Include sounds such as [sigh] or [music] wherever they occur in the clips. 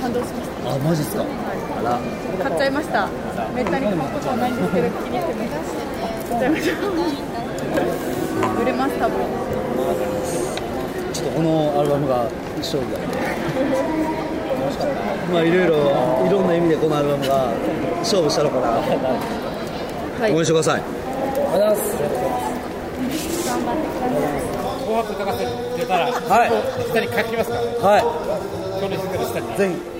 感動しましあマジっすかあらた買っちゃいましためったに買うことはないんですけど気に入ってめっちゃ買っちゃいました売れます多分ちょっとこのアルバムが勝負だね楽しかった [laughs] まあいろいろいろんな意味でこのアルバムが勝負したのかな、い応援してくださいありがとうございます紅白歌合戦出たら、はい下に書きますから、は今日の日から下に。いぜひ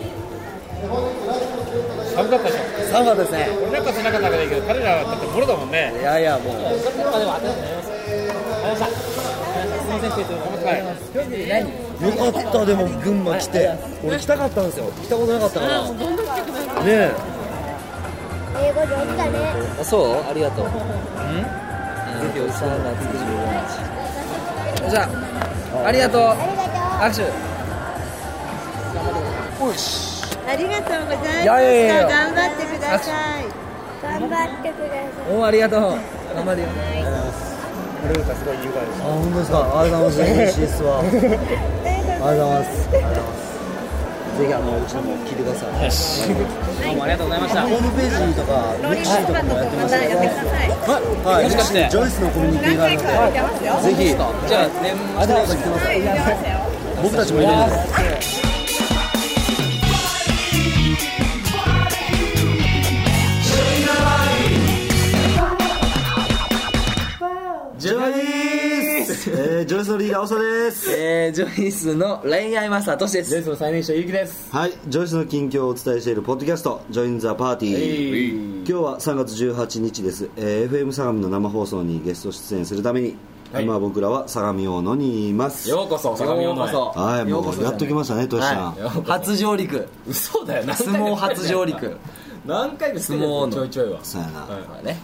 寒かったでしょ。寒かったですね俺なんか背中だけでいいけど、彼らはだってボロだもんね。いやいやもうはい。よかったでも群馬来て俺来たかったんですよ来たことなかったからねえ英語上手だね。あそうありがとう。うん。ぜひおじさんが作るじゃあありがとう。ありがとう。握手。ありがとうございました。いやいやいや頑張ってください。頑張ってください。おおありがとう。頑張るよ。あ本当ですかありがとうございます嬉しいです [laughs] わありがとうございますありがとうございますぜひあのうちのも聞いてくださいどうもありがとうございましホームページとかミクシーとかもやってましたけどはい、はい、もしかしてジョイスのコミュニティがあるのでた。ぜひ。じゃあ年あでも来てます僕たちもいるのでジョイス、えー、ジョイスのリーダー、おさです。えージョイスの恋愛マスターとしです。スの最年少、ゆうきです。はい、ジョイスの近況をお伝えしているポッドキャスト、ジョインザパーティー。今日は3月18日です、えー FM 相模の生放送にゲスト出演するために、今僕らは相模大野にいます。ようこそ相模よう大野こへそ。はい、よもうこそうやっときましたね、トシちゃん。はい。初上陸。嘘だよ何回相撲初上陸。 [laughs] 何回も相相撲撲のちょいちょいはそうやな。はいまあね。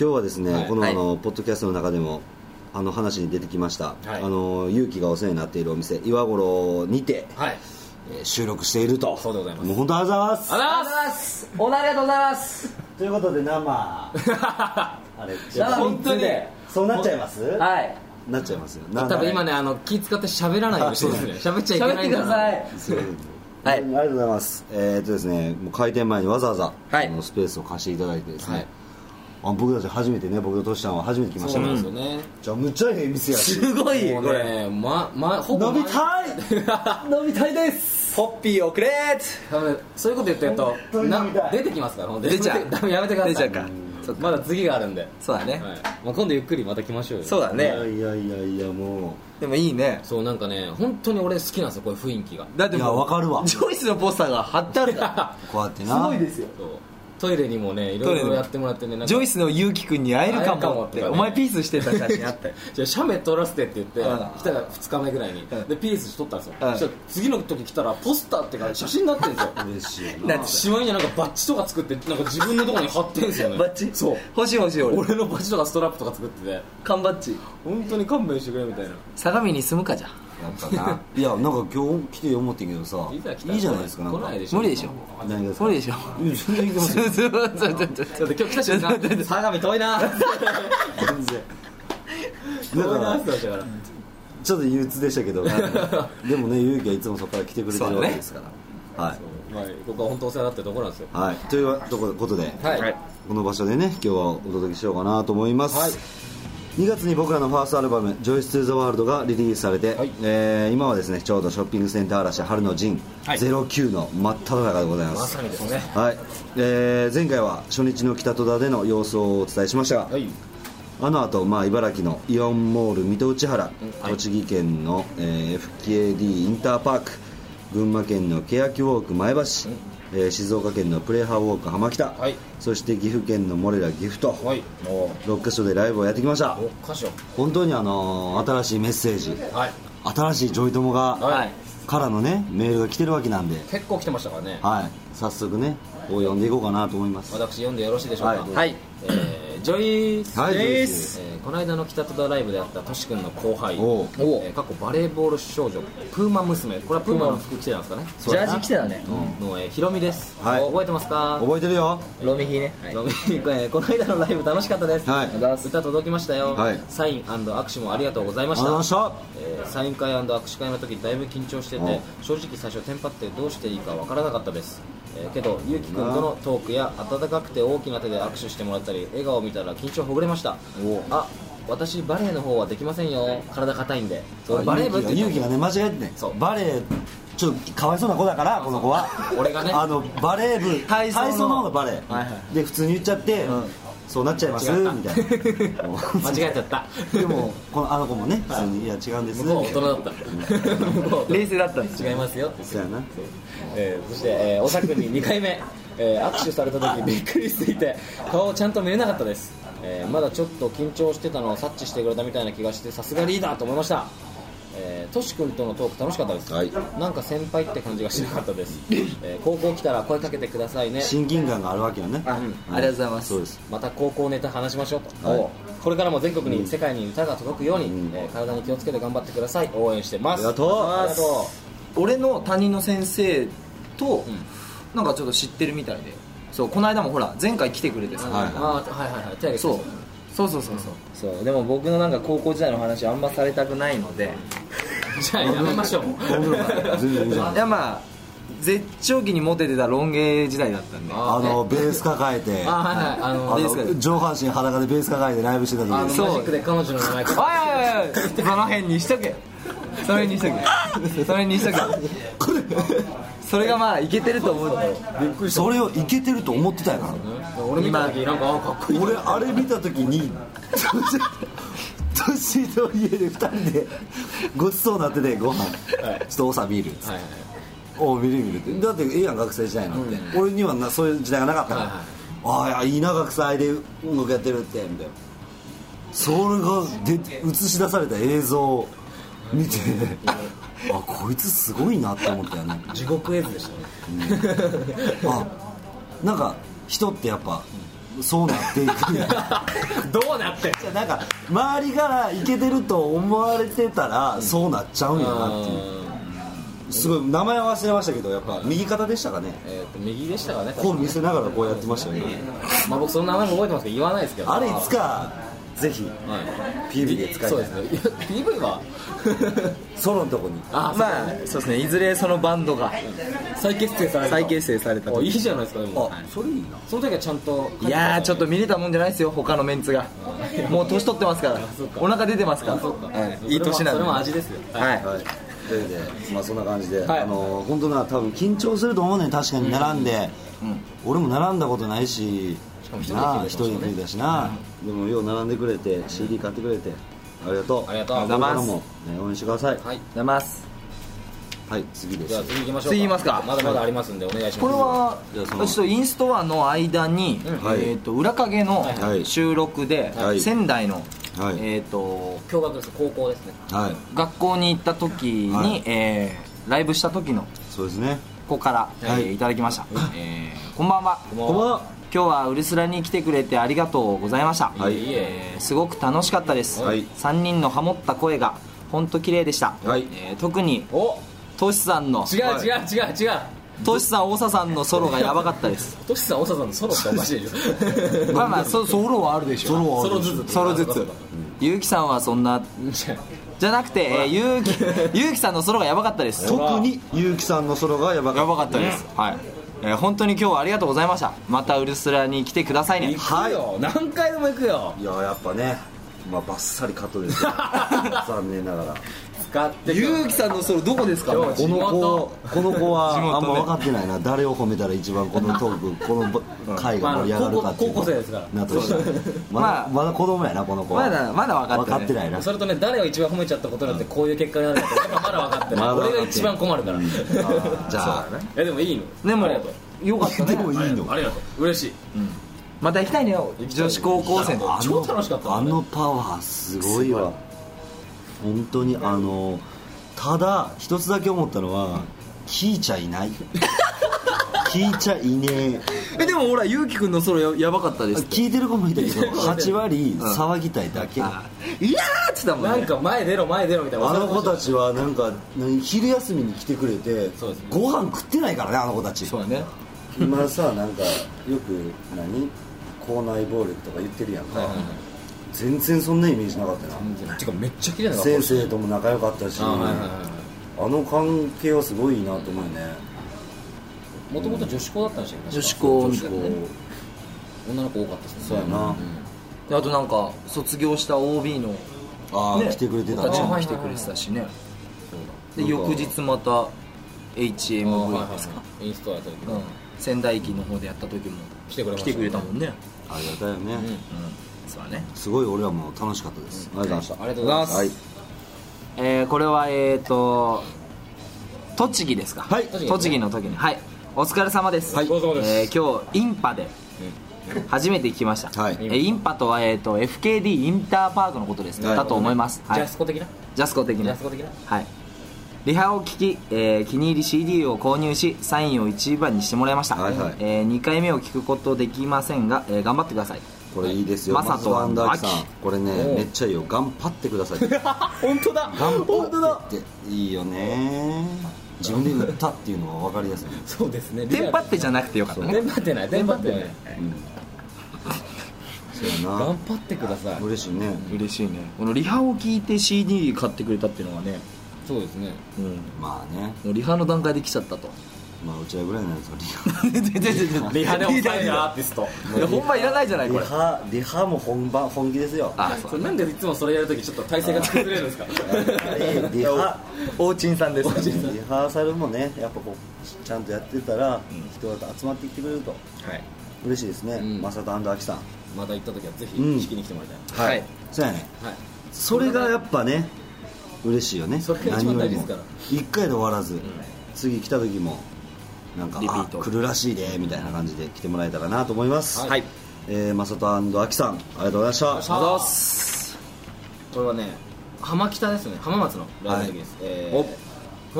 今日はですね、はいこのはいあの、ポッドキャストの中でもあの話に出てきました、はいあの勇気がお世話になっているお店岩五郎にて、はいえー収録しているとそうでございますもう本当ありがとうございますあらーすおなありがとうございます。ということで [laughs] 生あれ生本当にそうなっちゃいますはい。なっちゃいますよな多分今ねあの気使って喋らないようにしてるんですね喋っちゃいけ喋なっいてんくだだなさい。すいませんはあいり。がとうございますえーっとですねもう開店前にわざわざ、はいあのスペースを貸していただいてですね、はいあ僕たち初めてね僕とトシちゃんは初めて来ましそたうかならんですよねじゃあむっちゃいい店やしすごいもこうれ。ねまま [laughs] ほぼ伸び毎たい飲みたいです。ホッピーをくれ多分そういうこと言ってるとにな飲みたい出てきますからほんと出ちゃ [laughs] うダメやめてください出ちゃうかまだ次があるんでそうだね。はいまあ今度ゆっくりまた来ましょうよそうだいね。やいやいやいやもうでもいいね。そうなんかね本当に俺好きなんですよこういう雰囲気がだっていやもうわかるわジョイスのポスターが貼ってあるかこうやってなら。すごいですよ。そうトイレにもねいろいろやってもらってねなんかジョイスのユウキ君に会えるかもって、会えるかもとかねお前ピースしてた写真あったよじゃあ写メ撮らせてって言ってうん来たら2日目ぐらいにうんでピース撮ったんですようんそしたら次の時来たらポスターってか写真になってるんですよ嬉しいななんてしまいにはなんかバッジとか作ってなんか自分のところに貼ってんですよねバッチそう欲しい欲しい俺俺のバッジとかストラップとか作ってて缶バッチ本当に勘弁してくれみたいな相模に住むかじゃやっぱないやなんか今日来て思ってんけどさいざ来たらいいじゃないですかなんか来ないでしょ無理でしょ何がですか無理でしいょや全然いけますちょよっとちょっとだっちょってと今日来た瞬間相模遠いな全然だか遠いなって言われたかららちょっと憂鬱でしたけどでもね勇気はいつもそこから来てくれてるわけですからはいまあここは本当お世話になってるところなんですよはいということではいこの場所でね今日はお届けしようかなと思います、2月に僕らのファーストアルバム「JoyceToTheWorld」がリリースされて、はいえー今はですねちょうどショッピングセンター嵐春の陣、09の真っ只中でございますまさにですねはい、えー前回は初日の北戸田での様子をお伝えしましたが、はいあの後、まあ茨城のイオンモール水戸内原、栃木県の、えー FKD インターパーク群馬県の欅ウォーク前橋、えー静岡県のプレハウォーク浜北、はいそして岐阜県のモレラギフト、はいお6カ所でライブをやってきましたお歌手本当に、あのー新しいメッセージはい新しいジョイ友が、はいからのねメールが来てるわけなんで、結構来てましたからねはい、早速ねこう読んでいこうかなと思います私読んでよろしいでしょうかはいえージョイスはいえジョイスーこの間の北戸田ライブであったトシ君の後輩、えおうおー過去バレーボール少女プーマ娘これはプーマの服着てたんですかねジャージ着てたねの、えー、ヒロミです、はいお覚えてますか覚えてるよロミヒねはいロミ [laughs] えーこの間のライブ楽しかったです、はい歌届きましたよ、はいサイン握手もありがとうございまあしのた人えーサイン会握手会の時だいぶ緊張しうててん正直最初テンパってどうしていいかわからなかったです、えーけどゆうきくんとのトークや温かくて大きな手で握手してもらったり笑顔を見たら緊張ほぐれましたおあ私バレエの方はできませんよ体硬いんでそうババレレエー部部っってて言勇う気のがね間違えてねそうバレーちょっとかわいそうな子だからこの子は俺がねあのバレー部体操のの方のバレー、はいはで普通に言っちゃって、そうなっちゃいます違ったみたいな [laughs] 間違えちゃ [laughs] ったでもこのあの子もね普通に「いや違うんです」向こうは大人 [laughs] だった向こう冷静だったんです違いますよってそうやなえーそして、えー、おさくんに2回目、えー握手された時びっくりしていて顔をちゃんと見れなかったです、えーまだちょっと緊張してたのを察知してくれたみたいな気がしてさすがリーダーと思いましたえートシ君とのトーク楽しかったです、はいなんか先輩って感じがしなかったです、えー高校来たら声かけてくださいね親近感があるわけよねあうんありがとうございますそうですまた高校ネタ話しましょうと、はいおうこれからも全国に、世界に歌が届くように、えー体に気をつけて頑張ってください応援してまあすりがとうありがとう俺の担任の先生と、なんかちょっと知ってるみたいでそうこの間もほら前回来てくれてさ、はいあーはいはいはい手挙げてそうそうそうそうそうそうでも僕のなんか高校時代の話あんまされたくないのでじゃあやめましょう全然いいじゃんいやまあ絶頂期にモテてたロン毛時代だったんであのベース抱えてあはいはいあのあベース抱えの上半身裸でベース抱えてライブしてた時あのマジにックで彼女の名前書いておいおいおいその辺にしとけその辺にしとけその辺にしとけそれがまあいけてると思うんだよそれをいけてると思ってたやから俺見た時なんかあかっこいい俺あれ見た時に年の家で2人でごちそうになっててご飯ちょっとおさビールっつって、はいはいおう見る見るってだってええやん学生時代なんて、俺にはなそういう時代がなかったから、ああいいな学祭で音楽やってるってみたいなそれがで映し出された映像を見てあこいつすごいなって思ったよね地獄絵図でしたねあなんか人ってやっぱそうなっていくんや [laughs] どうなってじゃあなんか周りがイケてると思われてたらそうなっちゃうんやなっていうすごい名前は忘れましたけどやっぱ右肩でしたかねえーと右でしたからね確こかう見せながらこうやってましたよねまあ僕その名前も覚えてますけど言わないですけどあれいつかぜひは PV で使いそうたでいすねいや PV はソロのとこにあままあそうですねいずれそのバンドが再結成された再結成されたおといいいじゃないですかでもあそれいいなその時はちゃんとやーちょっとと見れたもんじゃないですよ他のメン [laughs] ツがもう年取ってますからお腹出てますからはいいい年なんでそれも味ですよはいはいというわけでまあそんな感じで、はいあの本当な多分緊張すると思うねん確かに並んで、俺も並んだことないしかも一人でなあ来一てくれ人たで来てたしな、でもよう並んでくれて CD 買ってくれてありがとうありがとうございますこれからも、ね、応援してくださいは、はいい出ます次でじゃあす次行きましょう次行きますかまだまだありますんでお願いしますこれはじゃあそちょのっとインストアの間に、はいえー、と裏影のはい収録で、はい仙台の、はいえー、と共学です高校ですねはい学校に行った時に、はいえーライブした時のそうですね子から、はいいえーいただきました、えーこんばんはこんばんは今日はウルスラに来てくれてありがとうございました、はいいええーすごく楽しかったです、はい3人のハモった声が本当綺麗でした、はいえー特におトシさんの違う違う違う違うトシさん大佐さんのソロがやばかったですトシさん、オサさんのソロっておかしいでしょ [laughs] ま [laughs] あまあソソロはあるでしょソロはあソるロでしずょつソロずつゆうきさんはそんなじゃなくて、えー、ゆうきゆうきさんのソロがやばかったですや特に結城さんのソロがやばかばっかったです、はい、えー本当に今日はありがとうございましたまたウルスラに来てくださいね行くよ何回でも行くよたいややっぱねまあバッサリカットです [laughs] よ残念ながら使ってゆうきさんのソロどこですか今日この子この子は地元であんま分かってないな誰を褒めたら一番このトークこの回が盛り上がるかっていうまあ高校高校生ですからなってほしいままだあまだ子供やなこの子はまだまだ分かっ分てかないってないなそれとね誰を一番褒めちゃったことによってこういう結果になるのか今まだ分かってないまだ分かってない俺が一番困るからじゃあ [laughs] えでもいいのでもありがとよかったでねもいいのうありがとう嬉しいまた行きたいね女子高校生のあの超楽しかったあのパワーすごいわ本当にあのただ一つだけ思ったのは聞いちゃいない聞いちゃいねええでもほらゆうきくんのソロややばかったですって聞いてる子もいたけど8割騒ぎたいだけあいやーっつったもんねなんか前出ろ前出ろみたいなの子たちはなんか何昼休みに来てくれてそうですねご飯食ってないからねあの子たちそうだね今さなんかよく何校内暴力とか言ってるやんか全然そんなイメージなかったなてかめっちゃ綺麗な先生とも仲良かったしあはいはいはいあの関係はすごいいいなと思うねもともと女子校だったんでしたっけ女子校みたいなね女の子多かったですねそうやなであとなんか卒業した OB のあねあ来てくれてた子たちねも来てくれてたしねで翌日またあはいはい HMV はですか、いインストアやった時うんに仙台駅の方でやった時も来てくれま来してたくれたもんねありがたいよねうんそうだねすごい俺はもう楽しかったですありがとうございましたありがとうございますはいえーこれはえっ、と栃木ですかはい栃木の時にはいお疲れ様です、はいお疲れ様ですえー今日インパで初めて聞きました、はいえーインパとは、えー、と FKD インターパークのことですね、はいだと思います、はい、ジャスコ的なジャスコ的なジャスコ的なはいリハを聞き、えー気に入り CD を購入しサインを一番にしてもらいました、はいはいえ2回目を聞くことできませんが、えー頑張ってくださいこれいいですよママサトサトアンダーキさアんキこれねめっちゃいいよ頑張ってください頑本当だ張ってっていいよね自分で言ったっていうのは分かりやすいそうですねテンパってじゃなくてよかったねテンパってないテンパってないそうや頑な張ってください嬉しいね嬉しいねこのリハを聞いて CD 買ってくれたっていうのはね、そうですねうん、まあねもうリハの段階で来ちゃった [laughs] とまあうちらぐらいのやつはリハで抑えいるやアーティスト本番いらないじゃないリこれハリハも本番本気ですよあそうそれなんでいつもそれやるときちょっと体勢が崩れるんですかリハおうちんさんですリハーサルもねやっぱこうちゃんとやってたら人が集まってきてくれるとはい嬉しいですねんマサトアンダーキさんまた行った時はぜひうん聞きに来てもらいたいはいそうやねはいそれがやっぱね嬉しいよねそれが一番大事ですから一回で終わらず、次来た時もなんかリピートあ来るらしいでみたいな感じで来てもらえたらなと思いますはいえー、マサトアキさんありがとうございましたありがとうございますこれはね浜北ですね浜松のライブの時です、えーお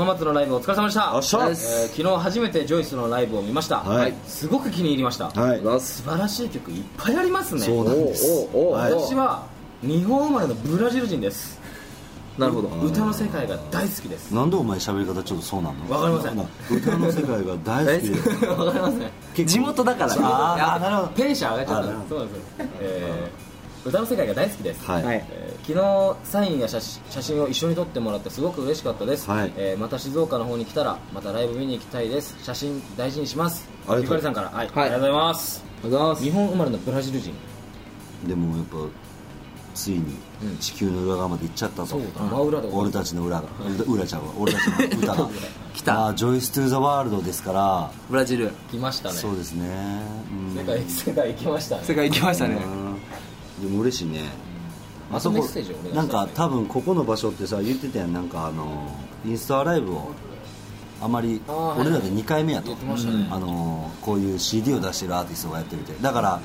浜松のライブお疲れ様でしたよっしゃえー昨日初めてジョイスのライブを見ました、はいすごく気に入りました、はい素晴らしい曲いっぱいありますねそうなんですおおおはい私は日本生まれのブラジル人ですなるほど歌の世界が大好きですなんでお前喋り方ちょっとそうなのわかりません歌の世界が大好きで [laughs] わかりますね地元だからあああなるほテンション上がっちゃったあそうなんですよ、えー歌の世界が大好きです、どはい、はいえー昨日サインや写真写真を一緒に撮ってもらってすごく嬉しかったです、はいえーまた静岡の方に来たらまたライブ見に行きたいです写真大事にしますありがとゆかうりさんから、はいあはいりがとうございますりがとうござい日本生まれのブラジル人でもやっぱついに地球の裏側まで行っちゃったと、そうだ真裏で俺たちの裏が裏ちゃんは俺たちの歌 [laughs] が来たあージョイス・トゥ・ザ・ワールドですからブラジル来ましたねそうですね、うん、世界世界行きましたね世界行きましたねでも嬉しいねあそメこッセージをお願いしなまんすか多分ここの場所ってさ言ってたやんなんかあのインスタライブをあまりあーはい俺らで2回目やと言ってましたねあのこういう CD を出してるアーティストがやってみてだから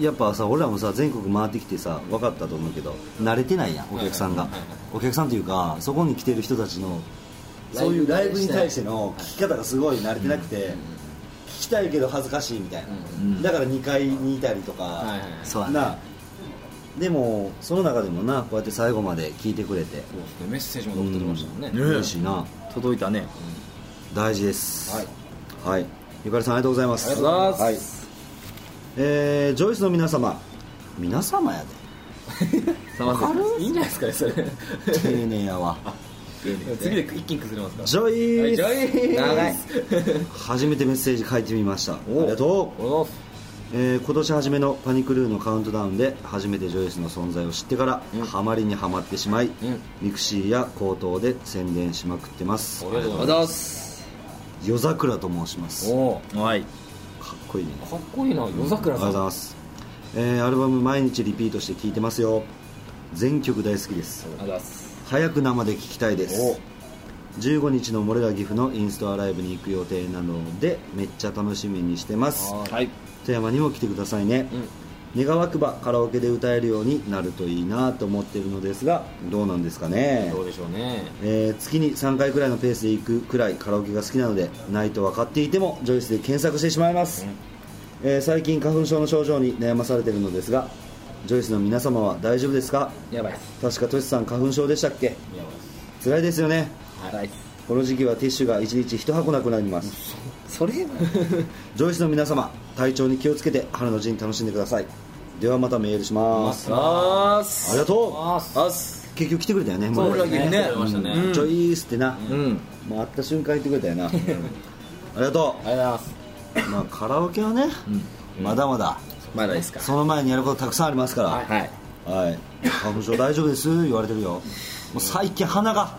やっぱさ俺らもさ全国回ってきてさ分かったと思うけど慣れてないやんお客さんがお客さんというかそこに来てる人たちのそういうライブに対しての聞き方がすごい慣れてなくて聞きたいけど恥ずかしいみたいなだから2階にいたりとかはいはいそうだねなあでもその中でもなこうやって最後まで聞いてくれてそうですねメッセージも送ってきましたもんね、嬉しいな届いたね大事ですはい、ゆかりさんありがとうございますありがとうございまはいえージョイスの皆様皆様やいいんじゃないですかねそれで [laughs] 丁寧やわ次で一気に崩れますからジョイス、はい長い初めてメッセージ書いてみましたありがとうおえー今年初めのパニクルーのカウントダウンで初めてジョイスの存在を知ってから、ハマりにはまってしまい、ミクシーや口頭で宣伝しまくってますありがとうございざいます夜桜と申しますかますっおおはいこいいねかっこいいな夜あ桜りがとうんさございます、えーアルバム毎日リピートして聴いてますよ全曲大好きですありがとうございます早く生で聴きたいです15日のモレラギフのインストアライブに行く予定なのでめっちゃ楽しみにしてますはい富山にも来てくださいね、願わくばカラオケで歌えるようになるといいなと思ってるのですがどうなんですかねどうでしょうねえー月に3回くらいのペースで行くくらいカラオケが好きなのでないと分かっていてもジョイスで検索してしまいます、えー最近花粉症の症状に悩まされているのですがジョイスの皆様は大丈夫ですかやばいっ確かトシさん花粉症でしたっけ辛いですよねすはいこの時期はティッシュが1日1箱なくなりますそれ [laughs] ジョイスの皆様体調に気をつけて春の陣楽しんでくださいではまたメールしますあーあすりがとうあーす結局来てくれたよねもそうだけどねましたねうんジョイースってな、うんもう会った瞬間言ってくれたよなありがとありがとうございますう、まあ、カラオケはね、まだまだまだですかその前にやることたくさんありますから、はいはい、花粉症大丈夫です言われてるよもう最近鼻が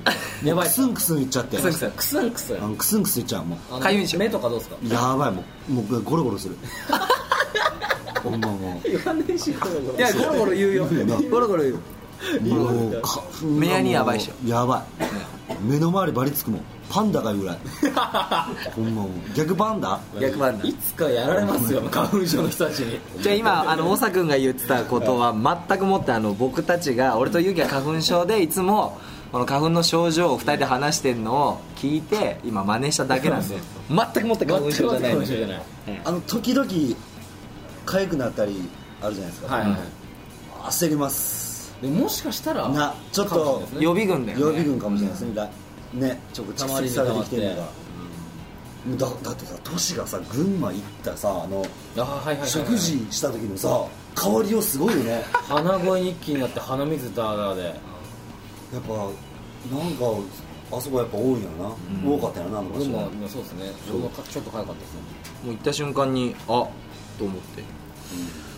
[laughs] やばいクスンクスン言っちゃってくすんくすんくすんくすんあのクスンクスン言っちゃうもあのかゆいんでしょ目とかどうですかうやばいもうもうゴロゴロ [laughs] するほんまも言わないしいいやゴロゴロ言うよゴロゴロ言ううもう花粉がもう目やにやばいっしょやばい目の周りバリつくもんパンダが言うぐ [laughs] らいほんまもう逆パンダ逆番だいつかやられます [laughs] よ花粉症の人たちにじゃあ今あの長君が言ってたことは全くもってあの僕たちが俺とユキが花粉症でいつもこの花粉の症状を2人で話してるのを聞いて今真似しただけなんで [laughs] 全くもって花粉症じゃない花の粉症じゃないあの時々痒くなったりあるじゃないですか、はいはいは焦りますいでもしかしたらなちょっかもとしれないですね予備軍だ予よ、ね、備軍かもしれないですね、ねちょっと蓄積されてきてるのがうんだだってさ都市がさ群馬行ったさあのあはいはいはいはい食事した時のさ香りをすごいよ [laughs] ねやっ鼻声に一気になって鼻水ダーダーでぱなんかあそこはやっぱ多いんやな、多かったよなあの場で所も今そうですね僕もかちょっと早かったですねもう行った瞬間にあと思って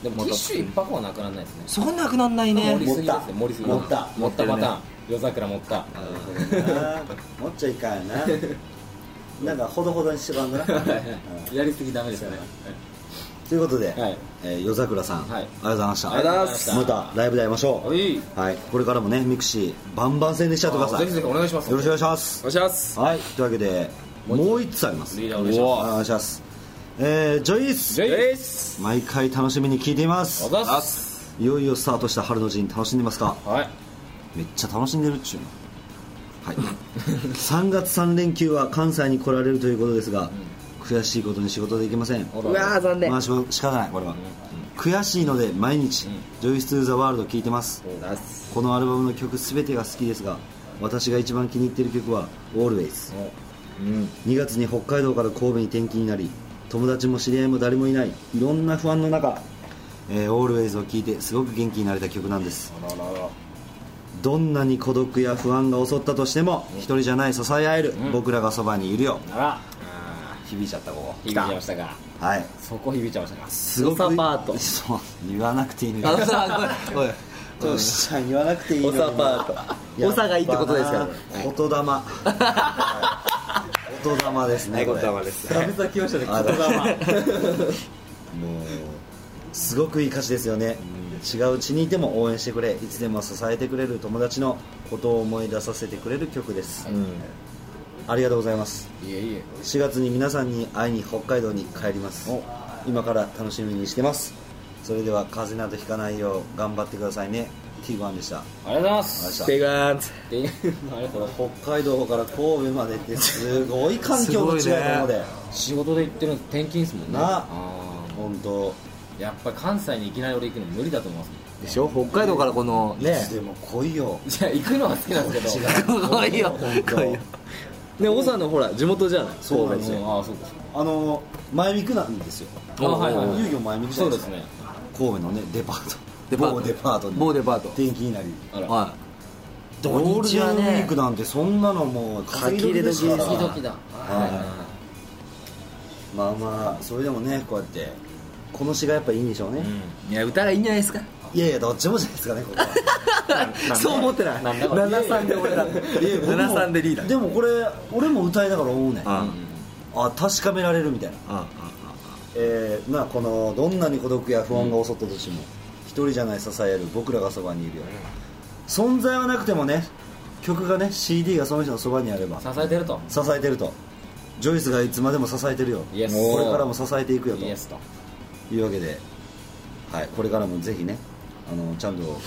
でもティッシュ一箱はなくならないですねそんなくなんないね盛りすぎですね盛りすぎ持った持ったパターン夜桜持ったなもっちゃいかん [laughs] やななんかほどほどにしてばんだな、うんやりすぎダメですよねということで、はいえー夜桜さん、はあいりがとうございましたありがとうございましたまたライブで会いましょうはいはい、これからもねミクシーバンバン宣伝しちゃってくださいぜひぜひお願いしますよろしくお願いしますお願いしますはいというわけでもう一つありますリーダーお願いしますおーお願いしますえージョイスジェイス毎回楽しみに聞いていまおすざっすいよいよスタートした春の陣楽しんでますかはいめっちゃ楽しんでるっちゅうのはい [laughs] 3月3連休は関西に来られるということですが、悔しいことに仕事できませんうわ残まあしょう仕方ないこれは、悔しいので毎日、ジョイス・トゥ・ザ・ワールド聴いてますこのアルバムの曲全てが好きですが私が一番気に入っている曲は「Always」2月に北海道から神戸に転勤になり友達も知り合いも誰もいないいろんな不安の中「えー Always」を聴いてすごく元気になれた曲なんですどんなに孤独や不安が襲ったとしても一人じゃない支え合える、僕らがそばにいるよあら響いちゃったこ響いちゃいましたかこはいそこ響いちゃいましたかすごくおさパートそう言わなくていいのあよ [laughs] のさごめんおいトシちゃん言わなくていいのにおさパートおさがいいってことですからね音 [laughs] 玉音玉ですねこれです久々来ましたねあ言 [laughs] 葉もうすごくいい歌詞ですよね違う地にいても応援してくれいつでも支えてくれる友達のことを思い出させてくれる曲ですありがとうございますいえいえ4月に皆さんに会いに北海道に帰ります今から楽しみにしてますそれでは風邪などひかないよう頑張ってくださいね T1 でしたありがとうございまありがとうございましたす手がーんつっていうありがとうございま北海道から神戸までってすごい環境の違いだもんで、す仕事で行ってるの転勤ですもんねなあ本当ーやっぱ関西にいきなり俺行くの無理だと思いますでしょ北海道からこのねねでも来いよいや行くのは好きなんですけど [laughs] すごいよ本当来いよね王さんのほら地元じゃないそうなんですよああそうかあの前見くなんですよあはいはいはい遊漁前見くじゃそないうでですすかね神戸のねデパートデパート某デパートに某デパート転勤になりあらは土日ウィークなんてそんなのもう書き入れ時買い時です好きから時だはまあまあそれでもねこうやってこの詩がやっぱいいんでしょうね、いいや歌がいいんじゃないですかいやいやどっちもじゃないですかねここはそう思ってない73で俺だって73でリーダーでもこれ俺も歌いながら思うねんああ確かめられるみたいな、あえーまあ、このどんなに孤独や不安が襲ったとしても、一人じゃない支える僕らがそばにいるよ、存在はなくてもね曲がね CD がその人のそばにあれば支えてると支えてるとジョイスがいつまでも支えてるよイエスこれからも支えていくよとイエスというわけで、はい、これからもぜひねあのちゃんと、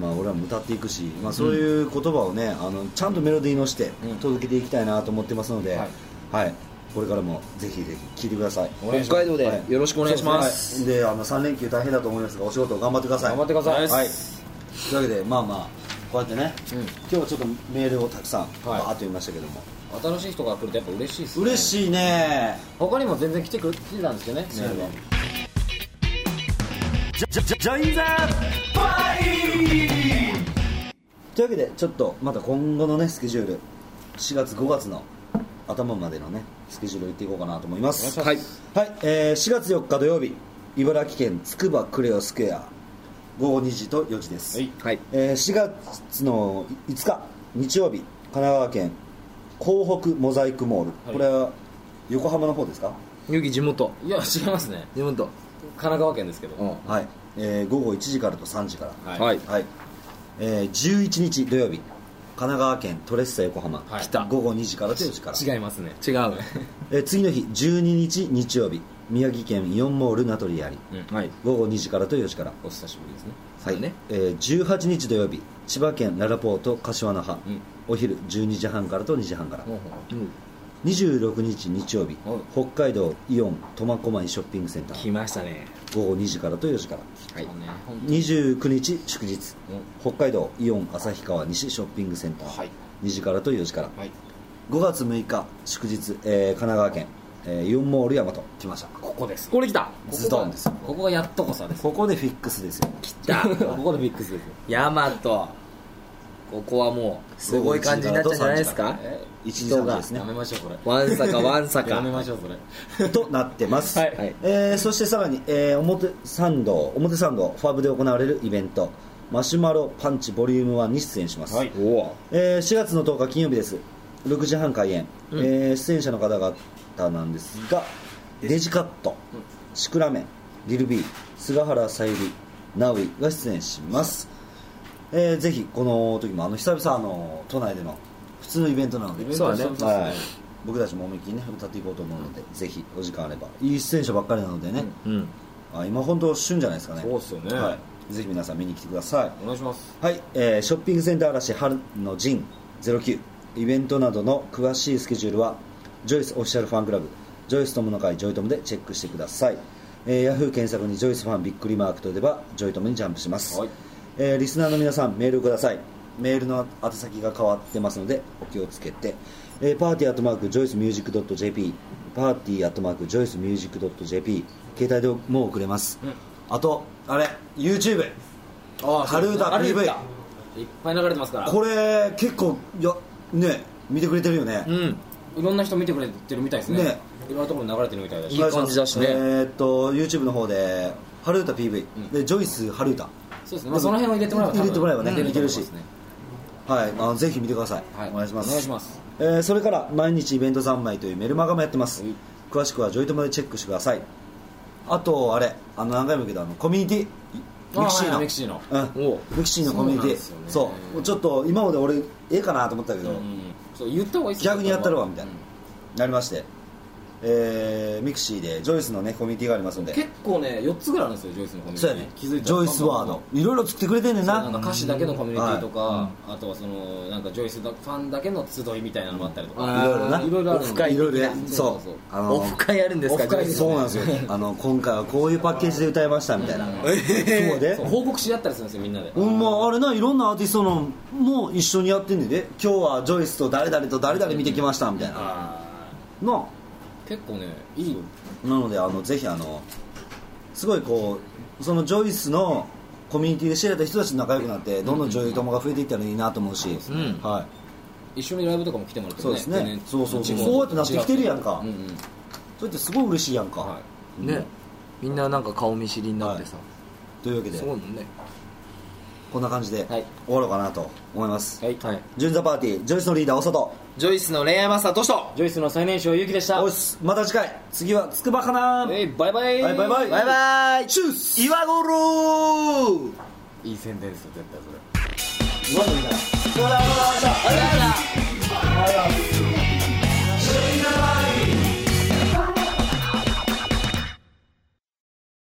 まあ、俺らも歌っていくし、まあ、そういう言葉をね、あのちゃんとメロディーのして届けていきたいなと思ってますので、はいこれからもぜひぜひ聞いてください願いします北海道でよろしくお願いしますはいであの3連休大変だと思いますがお仕事頑張ってください頑張ってくださいはい、というわけでまあまあこうやってね、今日はちょっとメールをたくさんバーッと読みましたけども、新しい人が来るとやっぱ嬉しいですね嬉しいね他にも全然来てくれ来てたんですよねメールはというわけでちょっとまた今後のねスケジュール4月5月の頭までのねスケジュールを言っていこうかなと思いますお願いしはい、はいえー4月4日土曜日茨城県つくばクレオスクエア午後2時と4時です、はいえー4月の5日日曜日神奈川県港北モザイクモール、これは横浜の方ですかゆき地元いや違いますね地元神奈川県ですけどうんはい、えー午後1時からと3時からはいはいはい、えー11日土曜日神奈川県トレッサ横浜、はい北午後2時からと4時から、違いますね違うえー次の日12日日曜日宮城県イオンモール名取リアリはい午後2時からと4時から、お久しぶりですねはいねえー18日土曜日千葉県ららぽーと柏の葉、んお昼12時半からと2時半から、うん26日日曜日、うん北海道イオン苫小牧ショッピングセンタ来ーましたね午後2時からと4時からはいねほん29日祝日、うん北海道イオン旭川西ショッピングセンター、はい2時からと4時から、はい5月6日祝日、えー神奈川県、えーイオンモール大和来ましたここですこれ来たズドンですよここがやっとこさですここでフィックスですよ来た [laughs] ここでビッグスですよヤマトここはもうすごい感じになったんじゃないですかえ1時3時ですねやめましょうこれわんさかわんさやかめましょうそれとなってます、はいえーそしてさらに、えー表参道表参道ファブで行われるイベントマシュマロパンチボリューム1に出演します、はいおおえー4月の10日金曜日です6時半開演、えー出演者の方々なんですがデジカット、シクラメンリル・ビー菅原さゆりナウイが出演します、えーぜひこの時もあの久々あの都内での普通のイベントなのでそうだねはい、僕たちも思いっきりね歌っていこうと思うので、ぜひお時間あればいい出演者ばっかりなのでね、うんあ今本当旬じゃないですかねそうっすよねはい、ぜひ皆さん見に来てくださいお願いしますはい、えーショッピングセンター嵐春の陣09イベントなどの詳しいスケジュールはジョイスオフィシャルファンクラブジョイス友の会ジョイトムでチェックしてください、えー、ヤフー検索にジョイスファンびっくりマークと出ればジョイトムにジャンプします、はいえーリスナーの皆さんメールをくださいメールの宛先が変わってますのでお気をつけて、えー、パーティーアットマークジョイスミュージックドット JP パーティーアットマークジョイスミュージックドット JP 携帯でもう送れます、あとあれ YouTube あハルーダ PV いっぱい流れてますからこれ結構いやね見てくれてるよね、うんいろんな人見てくれてるみたいですねねいろんなところに流れてるみたいだおし願いしま感すじだしねえーっと YouTube の方でハルータ PV、でジョイスハルータそうですねまあその辺を入れてもらえば多分入れてもらえばね出と思いますいけるはい、あのぜひ見てください、はいお願いしますお願いしますえーそれから毎日イベント三昧というメルマガもやってます、はい詳しくはジョイトまでチェックしてくださいあとあれあの何回も言うけどあのコミュニティあミクシーはのいミクシーのうんおうミクシーのコミュニティそうそなんですよねう,、ちょっと今まで俺ええかなと思ったけど、うんそう言った方がいいっすよ逆にやったるわみたいな、なりまして、えーミクシーでジョイスのねコミュニティがありますんで結構ね4つぐらいあるんですよジョイスのコミュニティそうやね気ジづいたらョイスワードいろいろ作ってくれてんねんそうななんか歌詞だけのコミュニティとか、あとはそのなんかジョイスファンだけの集いみたいなのもあったりといか、ろいろないいろいろあるオのフ会いろいろねそうそうあのオフ会やるんですかオフ会ジョイスそうなんですよあの今回はこういうパッケージで歌いましたみ [laughs] たいなそうでそう報告し合ったりするんですよみんなで、ほんまあれないろんなアーティストのも一緒にやってんねんで今日はジョイスと誰々と誰々見てきましたみたいなの結構ねいいなのであのぜひあのすごいこうそのジョイスのコミュニティで知り合った人たちと仲良くなってどんどん女優友が増えていったらいいなと思うし、ねはい、一緒にライブとかも来てもらってそうもですね全然そうそうそう違そうやってなってきてるやんかうんうんそれってすごい嬉しいやんか、はねみんななんか顔見知りになってさというわけでそうなのねこんな感じではい終わろうかなと思います、い、はいジュンザパーティージョイスのリーダーおさとジョイスの恋愛マスターとしとジョイスの最年少ゆうきでしたおっすまた次回次はつくばかなえいバイバイ、はいバイバイバイバイチュース岩五郎いい宣伝ですよ絶対それ今のみたいな